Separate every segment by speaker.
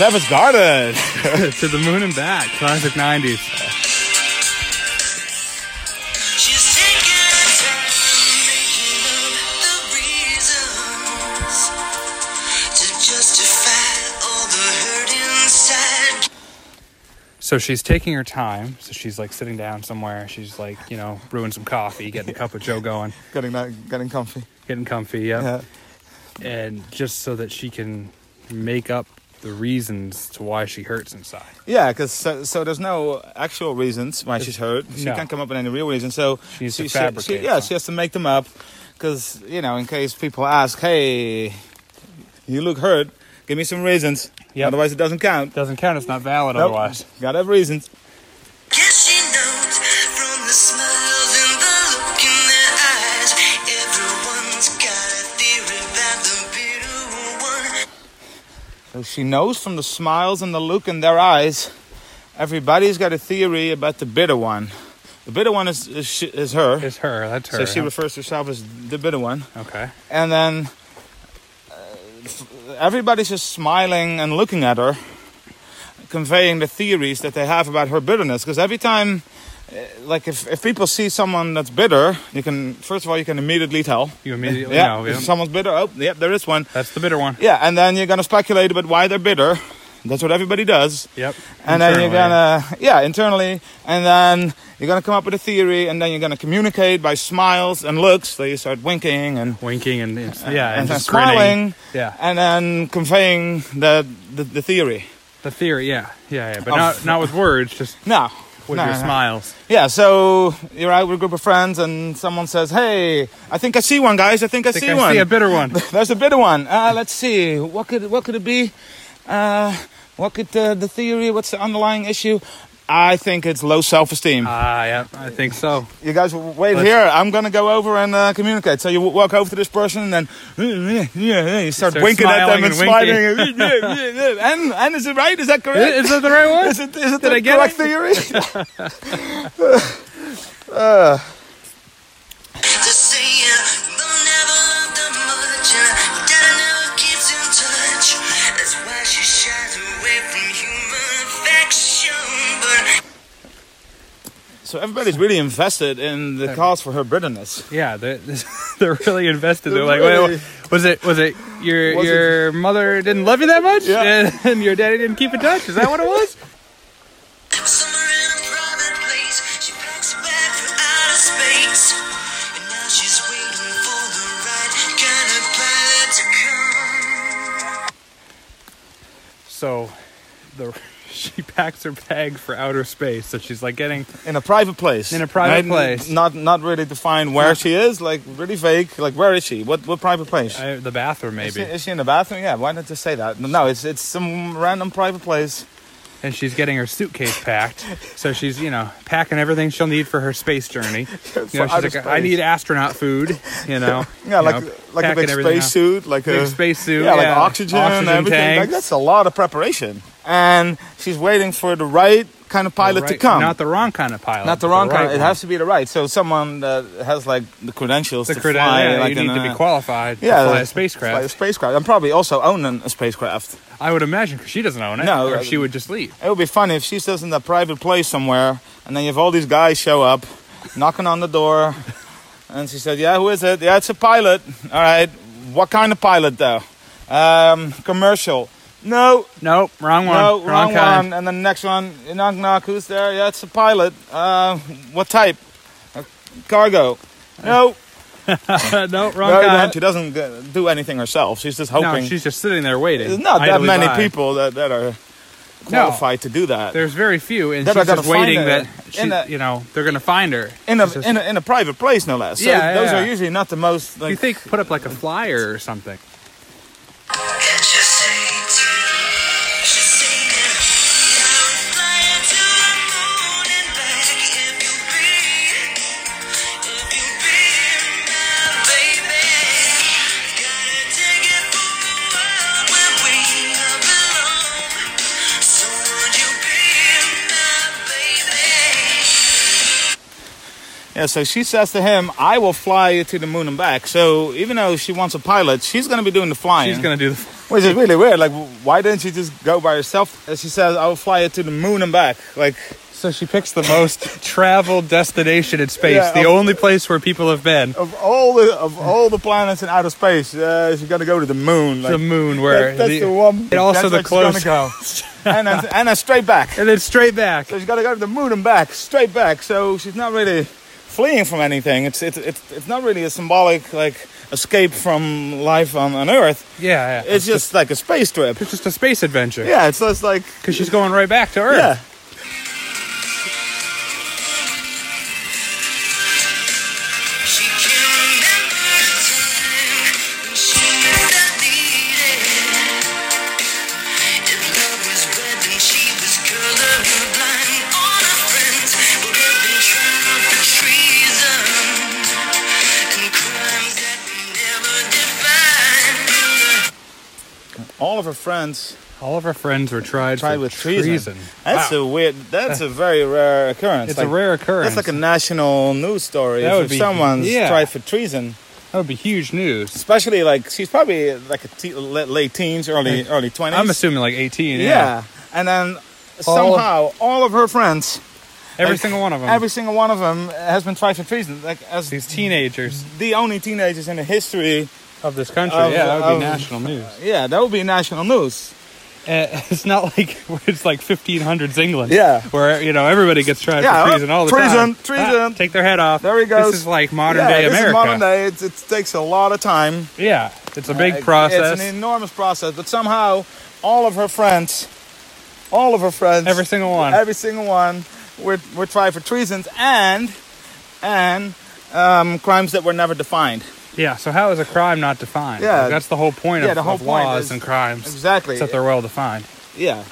Speaker 1: Savage Garden.
Speaker 2: to the moon and back. Classic 90s.
Speaker 3: She's taking her time making up the reasons to justify all the hurt inside.
Speaker 2: So she's taking her time. So she's like sitting down somewhere. She's like, you know, brewing some coffee, getting a cup of Joe going,
Speaker 1: getting that, getting comfy.
Speaker 2: getting comfy. Yep.
Speaker 1: Yeah.
Speaker 2: And just so that she can make up the reasons to why she hurts inside.
Speaker 1: Yeah, because so, so there's no actual reasons why she's hurt. She
Speaker 2: No.
Speaker 1: can't come up with any real reason. So
Speaker 2: She needs to
Speaker 1: she-
Speaker 2: fabricate
Speaker 1: yeah,
Speaker 2: them.
Speaker 1: she has to make them up. Because you know, in case people ask, "Hey, you look hurt. Give me some reasons."
Speaker 2: Yep.
Speaker 1: Otherwise, it doesn't count.
Speaker 2: Doesn't count. It's not valid
Speaker 1: Nope.
Speaker 2: otherwise.
Speaker 1: gotta have reasons.
Speaker 3: Guess she knows from the smiles and the look in their eyes. Everyone's got a theory about the bitter one.
Speaker 1: So she knows from the smiles and the look in their eyes. Everybody's got a theory about the bitter one. The bitter one is is, she, is her.
Speaker 2: It's her. That's her.
Speaker 1: So she
Speaker 2: huh?
Speaker 1: refers to herself as the bitter one.
Speaker 2: okay.
Speaker 1: and then uh, everybody's just smiling and looking at her, conveying the theories that they have about her bitterness. Because every time, uh, like if, if people see someone that's bitter, you can first of all you can immediately tell.
Speaker 2: You immediately
Speaker 1: yeah,
Speaker 2: know.
Speaker 1: if
Speaker 2: yeah.
Speaker 1: someone's bitter. Oh, yep, there is one.
Speaker 2: That's the bitter one.
Speaker 1: Yeah, and then you're gonna speculate about why they're bitter. That's what everybody does.
Speaker 2: Yep.
Speaker 1: And then you're
Speaker 2: Internally.
Speaker 1: gonna, yeah, internally, and then you're gonna come up with a theory, and then you're gonna communicate by smiles and looks. So you start winking and
Speaker 2: winking and it's, yeah, and,
Speaker 1: and, then
Speaker 2: just grinning.
Speaker 1: smiling,
Speaker 2: Yeah,
Speaker 1: and then conveying the, the, the theory.
Speaker 2: the theory. Yeah, yeah, yeah. But
Speaker 1: Of-
Speaker 2: not not with words, just
Speaker 1: No,
Speaker 2: with
Speaker 1: no,
Speaker 2: your
Speaker 1: no.
Speaker 2: smiles.
Speaker 1: Yeah, so you're out with a group of friends, and someone says, "Hey, I think I see one, guys. I think I,
Speaker 2: I think
Speaker 1: see
Speaker 2: I
Speaker 1: one.
Speaker 2: see a bitter one.
Speaker 1: There's a bitter one. Uh, let's see. What could what could it be? Uh, what could uh, the theory? What's the underlying issue?" I think it's low self-esteem.
Speaker 2: Ah, yeah, I think so.
Speaker 1: you guys w- wait
Speaker 2: let's-
Speaker 1: here. I'm gonna go over and uh, communicate. So you w- walk over to this person and then yeah, yeah, you start,
Speaker 2: start
Speaker 1: winking at them
Speaker 2: smiling
Speaker 1: and
Speaker 2: and winking.
Speaker 1: smiling. and, and and is it right? Is that correct?
Speaker 2: Is that the right one?
Speaker 1: Is it, is it
Speaker 2: Did
Speaker 1: the
Speaker 2: I get
Speaker 1: correct
Speaker 2: it?
Speaker 1: theory?
Speaker 3: To say you never loved her much, and her daddy never keeps in touch. That's why she shies away from human affection. But
Speaker 1: so everybody's really invested in the cause for her bitterness.
Speaker 2: Yeah, they're, they're really invested. They're, like,
Speaker 1: They're really-
Speaker 2: wait, was it was it your
Speaker 1: Was it-
Speaker 2: your mother didn't love you that much,
Speaker 1: Yeah.
Speaker 2: and, and your daddy didn't keep in touch? Is that what it was?
Speaker 3: somewhere in a private place, she packs back for outer space. And now she's waiting for the right kind of pilot to come.
Speaker 2: so, the she packs her bag for outer space. So she's like getting
Speaker 1: In a private place.
Speaker 2: In a private place.
Speaker 1: Not not really defined where she is. Like really vague. Like where is she? What what private place?
Speaker 2: uh, the bathroom
Speaker 1: Is she,
Speaker 2: maybe,
Speaker 1: is she in the bathroom? Yeah. Why not just say that? No, it's it's some random private place.
Speaker 2: and she's getting her suitcase packed. So she's you know packing everything she'll need for her space journey.
Speaker 1: For
Speaker 2: You know, she's
Speaker 1: outer
Speaker 2: like, I
Speaker 1: space.
Speaker 2: need astronaut food. You know,
Speaker 1: Yeah,
Speaker 2: You
Speaker 1: like
Speaker 2: know,
Speaker 1: like a
Speaker 2: packing
Speaker 1: big
Speaker 2: everything
Speaker 1: space
Speaker 2: up.
Speaker 1: suit, like a
Speaker 2: Big space suit,
Speaker 1: Yeah, like
Speaker 2: yeah.
Speaker 1: oxygen,
Speaker 2: Oxygen
Speaker 1: everything. Like
Speaker 2: tanks.
Speaker 1: that's a lot of preparation, and she's waiting for the right kind of pilot to
Speaker 2: Right,
Speaker 1: come.
Speaker 2: Not the wrong kind of pilot.
Speaker 1: Not the
Speaker 2: but
Speaker 1: wrong
Speaker 2: right
Speaker 1: kind. It
Speaker 2: one.
Speaker 1: has to be the right. So someone that has like the credentials
Speaker 2: the
Speaker 1: to
Speaker 2: credit.
Speaker 1: fly.
Speaker 2: yeah,
Speaker 1: like
Speaker 2: you need
Speaker 1: an,
Speaker 2: to be
Speaker 1: uh,
Speaker 2: qualified
Speaker 1: yeah,
Speaker 2: to fly a
Speaker 1: like, Fly a
Speaker 2: spacecraft.
Speaker 1: spacecraft. I'm probably also owning a spacecraft.
Speaker 2: I would imagine because she doesn't own it,
Speaker 1: No,
Speaker 2: or
Speaker 1: uh,
Speaker 2: she would just leave.
Speaker 1: It would be funny if she stays in that private place somewhere, and then you have all these guys show up, knocking on the door, and she said, "Yeah, who is it? Yeah, it's a pilot. All right, what kind of pilot though? Um, commercial." No,
Speaker 2: Nope, wrong one.
Speaker 1: no, wrong,
Speaker 2: kind.
Speaker 1: one. And then next one, knock knock, who's there? Yeah, it's a pilot. Uh, what type? Uh, cargo. No,
Speaker 2: no, wrong
Speaker 1: no,
Speaker 2: kind.
Speaker 1: she doesn't g- do anything herself. She's just hoping.
Speaker 2: No, she's just sitting there waiting.
Speaker 1: There's not that
Speaker 2: idly
Speaker 1: many
Speaker 2: by.
Speaker 1: people that, that are qualified to do that.
Speaker 2: There's very few, and
Speaker 1: Then I
Speaker 2: she's
Speaker 1: gotta
Speaker 2: just
Speaker 1: find
Speaker 2: waiting
Speaker 1: her
Speaker 2: that
Speaker 1: in
Speaker 2: she,
Speaker 1: a-
Speaker 2: you know they're gonna find her.
Speaker 1: in a,
Speaker 2: She's just-
Speaker 1: in a in a private place, no less. So
Speaker 2: Yeah, yeah,
Speaker 1: those are
Speaker 2: yeah.
Speaker 1: usually not the most.
Speaker 2: you
Speaker 1: Like,
Speaker 2: think put up like a flyer or something?
Speaker 3: Can't you see it? She's singing. Now I'm flying to the moon and back. If you be, if you be my baby, gotta take it for the world where we belong. So would you be my baby?
Speaker 1: yeah. So she says to him, "I will fly you to the moon and back." So even though she wants a pilot, she's going to be doing the flying.
Speaker 2: She's gonna do the
Speaker 1: Which is really weird. Like, w- why didn't you just go by yourself? And she says, "I'll fly it to the moon and back." Like,
Speaker 2: So she picks the most traveled destination in space,
Speaker 1: Yeah,
Speaker 2: the
Speaker 1: of-
Speaker 2: only place where people have been.
Speaker 1: of all the of all the planets in outer space, uh, she's gonna go to the moon. Like,
Speaker 2: the moon, where
Speaker 1: that- that's the, one.
Speaker 2: and also
Speaker 1: that's
Speaker 2: the
Speaker 1: where she's
Speaker 2: close,
Speaker 1: gonna go. and then, and then straight back.
Speaker 2: and then straight back.
Speaker 1: So she's got to go to the moon and back, straight back. So she's not really fleeing from anything. It's it's it's, it's not really a symbolic like escape from life on, on Earth.
Speaker 2: Yeah, yeah.
Speaker 1: It's just like a space trip.
Speaker 2: it's just a space adventure.
Speaker 1: Yeah, it's just like
Speaker 2: because she's going right back to Earth.
Speaker 1: yeah.
Speaker 3: She can remember the time when she was needed. If love was red, then she was colorblind. All her friends would have been tried for treason and crimes that we never defined.
Speaker 1: All of her friends
Speaker 2: All of our friends were tried,
Speaker 1: tried
Speaker 2: for
Speaker 1: with treason.
Speaker 2: treason.
Speaker 1: That's
Speaker 2: Wow.
Speaker 1: a weird. That's a very rare occurrence.
Speaker 2: it's
Speaker 1: Like,
Speaker 2: a rare occurrence.
Speaker 1: That's like a national news story.
Speaker 2: That
Speaker 1: if
Speaker 2: would
Speaker 1: if
Speaker 2: be-
Speaker 1: someone's
Speaker 2: yeah.
Speaker 1: tried for treason,
Speaker 2: that would be huge news.
Speaker 1: especially like she's probably like a te- le- late teens, early early twenties.
Speaker 2: I'm assuming like 18.
Speaker 1: Yeah.
Speaker 2: Yeah,
Speaker 1: and then
Speaker 2: All-
Speaker 1: somehow all of her friends.
Speaker 2: every
Speaker 1: Like,
Speaker 2: single one of them.
Speaker 1: Every single one of them has been tried for treason, like as
Speaker 2: These teenagers
Speaker 1: the only teenagers in the history.
Speaker 2: of this country.
Speaker 1: Of-
Speaker 2: yeah, that would
Speaker 1: of-
Speaker 2: be national news.
Speaker 1: Yeah, that would be national news.
Speaker 2: Uh, it's not like it's like 1500s England.
Speaker 1: Yeah.
Speaker 2: where you know everybody gets tried
Speaker 1: Yeah, oh,
Speaker 2: for treason all the
Speaker 1: treason,
Speaker 2: time.
Speaker 1: treason.
Speaker 2: Ah, take their head off.
Speaker 1: There he goes.
Speaker 2: This is like modern
Speaker 1: Yeah,
Speaker 2: day
Speaker 1: this is
Speaker 2: America.
Speaker 1: modern day. It, it takes a lot of time.
Speaker 2: Yeah, it's a
Speaker 1: Uh,
Speaker 2: big
Speaker 1: it-
Speaker 2: process.
Speaker 1: It's an enormous process, but somehow all of her friends, all of her friends,
Speaker 2: Every single one.
Speaker 1: every single one, were were tried for treasons and and um, crimes that were never defined.
Speaker 2: yeah. So how is a crime not defined?
Speaker 1: Yeah.
Speaker 2: Like, that's the whole point
Speaker 1: Yeah,
Speaker 2: of,
Speaker 1: the whole
Speaker 2: of
Speaker 1: point
Speaker 2: laws
Speaker 1: is-
Speaker 2: and crimes.
Speaker 1: Exactly.
Speaker 2: Is that they're well defined.
Speaker 1: yeah.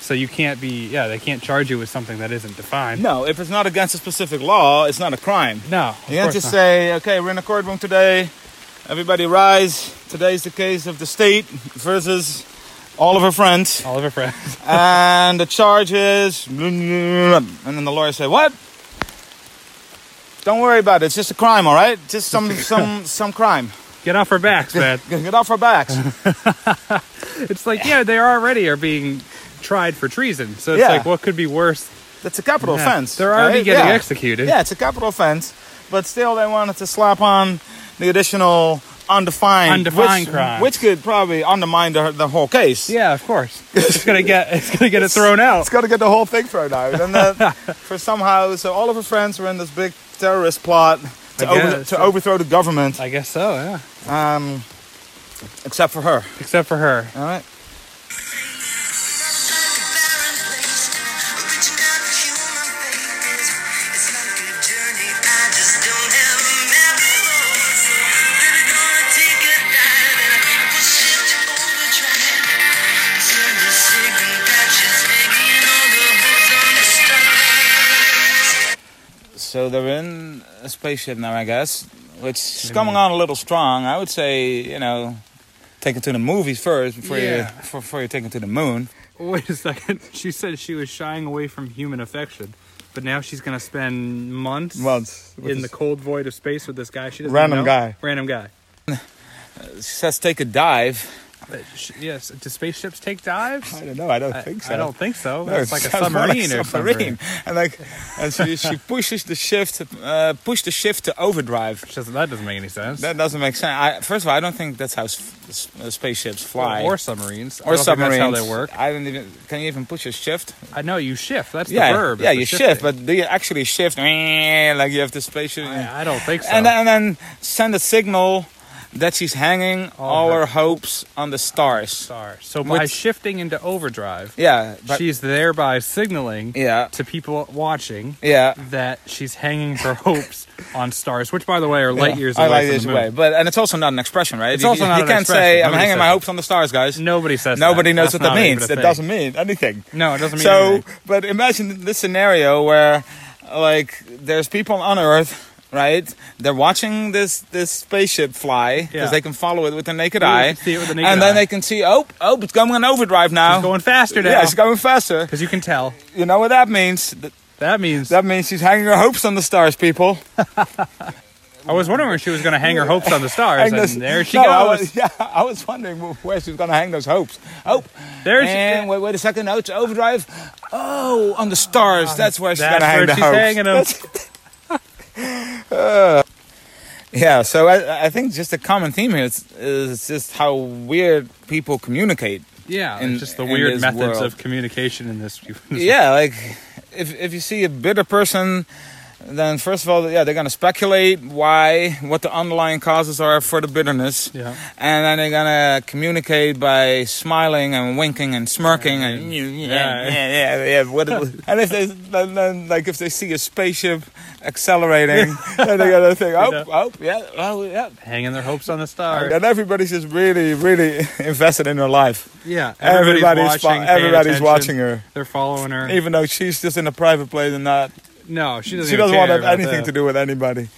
Speaker 2: So you can't be. Yeah, they can't charge you with something that isn't defined.
Speaker 1: No, if it's not against a specific law, it's not a crime.
Speaker 2: No, of
Speaker 1: You can't
Speaker 2: course
Speaker 1: just
Speaker 2: not.
Speaker 1: say, okay, we're in a courtroom today. Everybody rise. Today's the case of the state versus all of her friends.
Speaker 2: All of our friends.
Speaker 1: and the charge is. And then the lawyer said, what? Don't worry about it. It's just a crime, all right? Just some some some crime.
Speaker 2: Get off our backs, man.
Speaker 1: Get get off our backs.
Speaker 2: It's like, yeah, they already are being tried for treason. So it's
Speaker 1: Yeah.
Speaker 2: like, what could be worse?
Speaker 1: That's a capital
Speaker 2: Yeah.
Speaker 1: offense.
Speaker 2: They're already
Speaker 1: right?
Speaker 2: getting
Speaker 1: Yeah.
Speaker 2: executed.
Speaker 1: Yeah, it's a capital offense, but still they wanted to slap on the additional undefined,
Speaker 2: Undefined
Speaker 1: which,
Speaker 2: crimes.
Speaker 1: which could probably undermine the, the whole case.
Speaker 2: Yeah, of course. It's gonna get. It's gonna get it thrown out.
Speaker 1: It's got to get the whole thing thrown out, and then for somehow, so all of her friends were in this big terrorist plot to,
Speaker 2: I
Speaker 1: over,
Speaker 2: guess,
Speaker 1: to
Speaker 2: yeah.
Speaker 1: overthrow the government,
Speaker 2: I guess so. Yeah.
Speaker 1: um, except for her.
Speaker 2: Except for her.
Speaker 1: All right. So they're in a spaceship now, I guess, which is coming on a little strong. I would say, you know, take it to the movies first before
Speaker 2: Yeah.
Speaker 1: you before, before you take it to the moon.
Speaker 2: Wait a second. She said she was shying away from human affection, but now she's gonna spend months,
Speaker 1: Months with
Speaker 2: in
Speaker 1: this-
Speaker 2: the cold void of space with this guy. She doesn't
Speaker 1: Random
Speaker 2: know.
Speaker 1: guy.
Speaker 2: Random guy.
Speaker 1: She says take a dive.
Speaker 2: But Uh, sh- yes. Do spaceships take dives?
Speaker 1: I don't know. I don't
Speaker 2: I-
Speaker 1: think so.
Speaker 2: I don't think so.
Speaker 1: No,
Speaker 2: it's like a
Speaker 1: sounds more
Speaker 2: submarine
Speaker 1: like
Speaker 2: or
Speaker 1: submarine.
Speaker 2: something.
Speaker 1: And like, and she, she pushes the shift, uh, push the shift to overdrive.
Speaker 2: Which doesn't, that doesn't make any sense.
Speaker 1: That doesn't make sense. I, first of all, I don't think that's how s- s- uh, spaceships fly
Speaker 2: Or submarines. I don't
Speaker 1: Or
Speaker 2: think
Speaker 1: submarines.
Speaker 2: That's how they work.
Speaker 1: I don't even. Can you even push a shift?
Speaker 2: I know you shift. That's
Speaker 1: yeah,
Speaker 2: the verb.
Speaker 1: yeah,
Speaker 2: is the
Speaker 1: you shift,
Speaker 2: shifting.
Speaker 1: but do you actually shift? Like you have the spaceship,
Speaker 2: I, I don't think so.
Speaker 1: and then, and then send a signal that she's hanging all,
Speaker 2: her-
Speaker 1: her, hopes on the stars.
Speaker 2: Star. Oh, So by
Speaker 1: Which-
Speaker 2: shifting into overdrive,
Speaker 1: Yeah, but,
Speaker 2: she's thereby signaling
Speaker 1: yeah,
Speaker 2: to people watching
Speaker 1: yeah.
Speaker 2: that she's hanging her hopes on stars, which, by the way, are light
Speaker 1: Yeah,
Speaker 2: years
Speaker 1: I
Speaker 2: away.
Speaker 1: like
Speaker 2: from
Speaker 1: this
Speaker 2: the moon.
Speaker 1: way, but and it's also not an expression, right?
Speaker 2: It's
Speaker 1: you,
Speaker 2: also
Speaker 1: you-
Speaker 2: not
Speaker 1: you
Speaker 2: an
Speaker 1: can't say
Speaker 2: expression.
Speaker 1: I'm
Speaker 2: Nobody
Speaker 1: hanging
Speaker 2: says
Speaker 1: my
Speaker 2: that.
Speaker 1: hopes on the stars, guys.
Speaker 2: Nobody says
Speaker 1: Nobody
Speaker 2: that.
Speaker 1: knows
Speaker 2: That's
Speaker 1: what that
Speaker 2: not even
Speaker 1: means.
Speaker 2: a
Speaker 1: It
Speaker 2: thing.
Speaker 1: doesn't mean anything.
Speaker 2: No, it doesn't mean
Speaker 1: so,
Speaker 2: anything.
Speaker 1: but imagine this scenario where, like, there's people on Earth, right? They're watching this this spaceship fly because
Speaker 2: Yeah.
Speaker 1: they can follow it with their naked
Speaker 2: Yeah, you
Speaker 1: eye,
Speaker 2: can see it with the naked
Speaker 1: and then
Speaker 2: eye.
Speaker 1: they can see, oh, oh, it's going on overdrive now.
Speaker 2: She's going faster now.
Speaker 1: yeah, it's going faster.
Speaker 2: Because you can tell.
Speaker 1: You know what that means? Th-
Speaker 2: That means
Speaker 1: That means she's hanging her hopes on the stars, people.
Speaker 2: I was wondering where she was going to hang her hopes on the stars,
Speaker 1: Hang
Speaker 2: and
Speaker 1: those-
Speaker 2: there she
Speaker 1: No, I
Speaker 2: goes.
Speaker 1: was, yeah, I was wondering where she was going to hang those hopes. Oh,
Speaker 2: There she-
Speaker 1: and wait, wait a second. No, it's overdrive. Oh, on the stars. that's where she's
Speaker 2: Ah, that's
Speaker 1: going to hang
Speaker 2: where
Speaker 1: the
Speaker 2: she's
Speaker 1: hopes.
Speaker 2: hanging 'em.
Speaker 1: That's- Uh, yeah. So I, I think just a common theme here is, is just how weird people communicate.
Speaker 2: Yeah,
Speaker 1: in-
Speaker 2: it's just the
Speaker 1: in
Speaker 2: weird
Speaker 1: this
Speaker 2: methods
Speaker 1: world.
Speaker 2: of communication in this. in this-
Speaker 1: Yeah, like if if you see a bitter person, then first of all, yeah, they're gonna speculate why, what the underlying causes are for the bitterness,
Speaker 2: Yeah.
Speaker 1: and then they're gonna communicate by smiling and winking and smirking and yeah,
Speaker 2: Yeah.
Speaker 1: yeah, yeah, yeah. what- and if they then, then like if they see a spaceship accelerating, then they're gonna think, oh, oh, yeah, oh, yeah.
Speaker 2: hanging their hopes on the stars.
Speaker 1: And everybody's just really, really invested in her life.
Speaker 2: Yeah,
Speaker 1: Everybody's fo-
Speaker 2: paying
Speaker 1: everybody's
Speaker 2: attention.
Speaker 1: watching her.
Speaker 2: They're following her.
Speaker 1: Even though she's just in a private place and not
Speaker 2: no, she doesn't.
Speaker 1: she
Speaker 2: even
Speaker 1: doesn't want
Speaker 2: care
Speaker 1: to have
Speaker 2: about
Speaker 1: anything
Speaker 2: that.
Speaker 1: to do with anybody.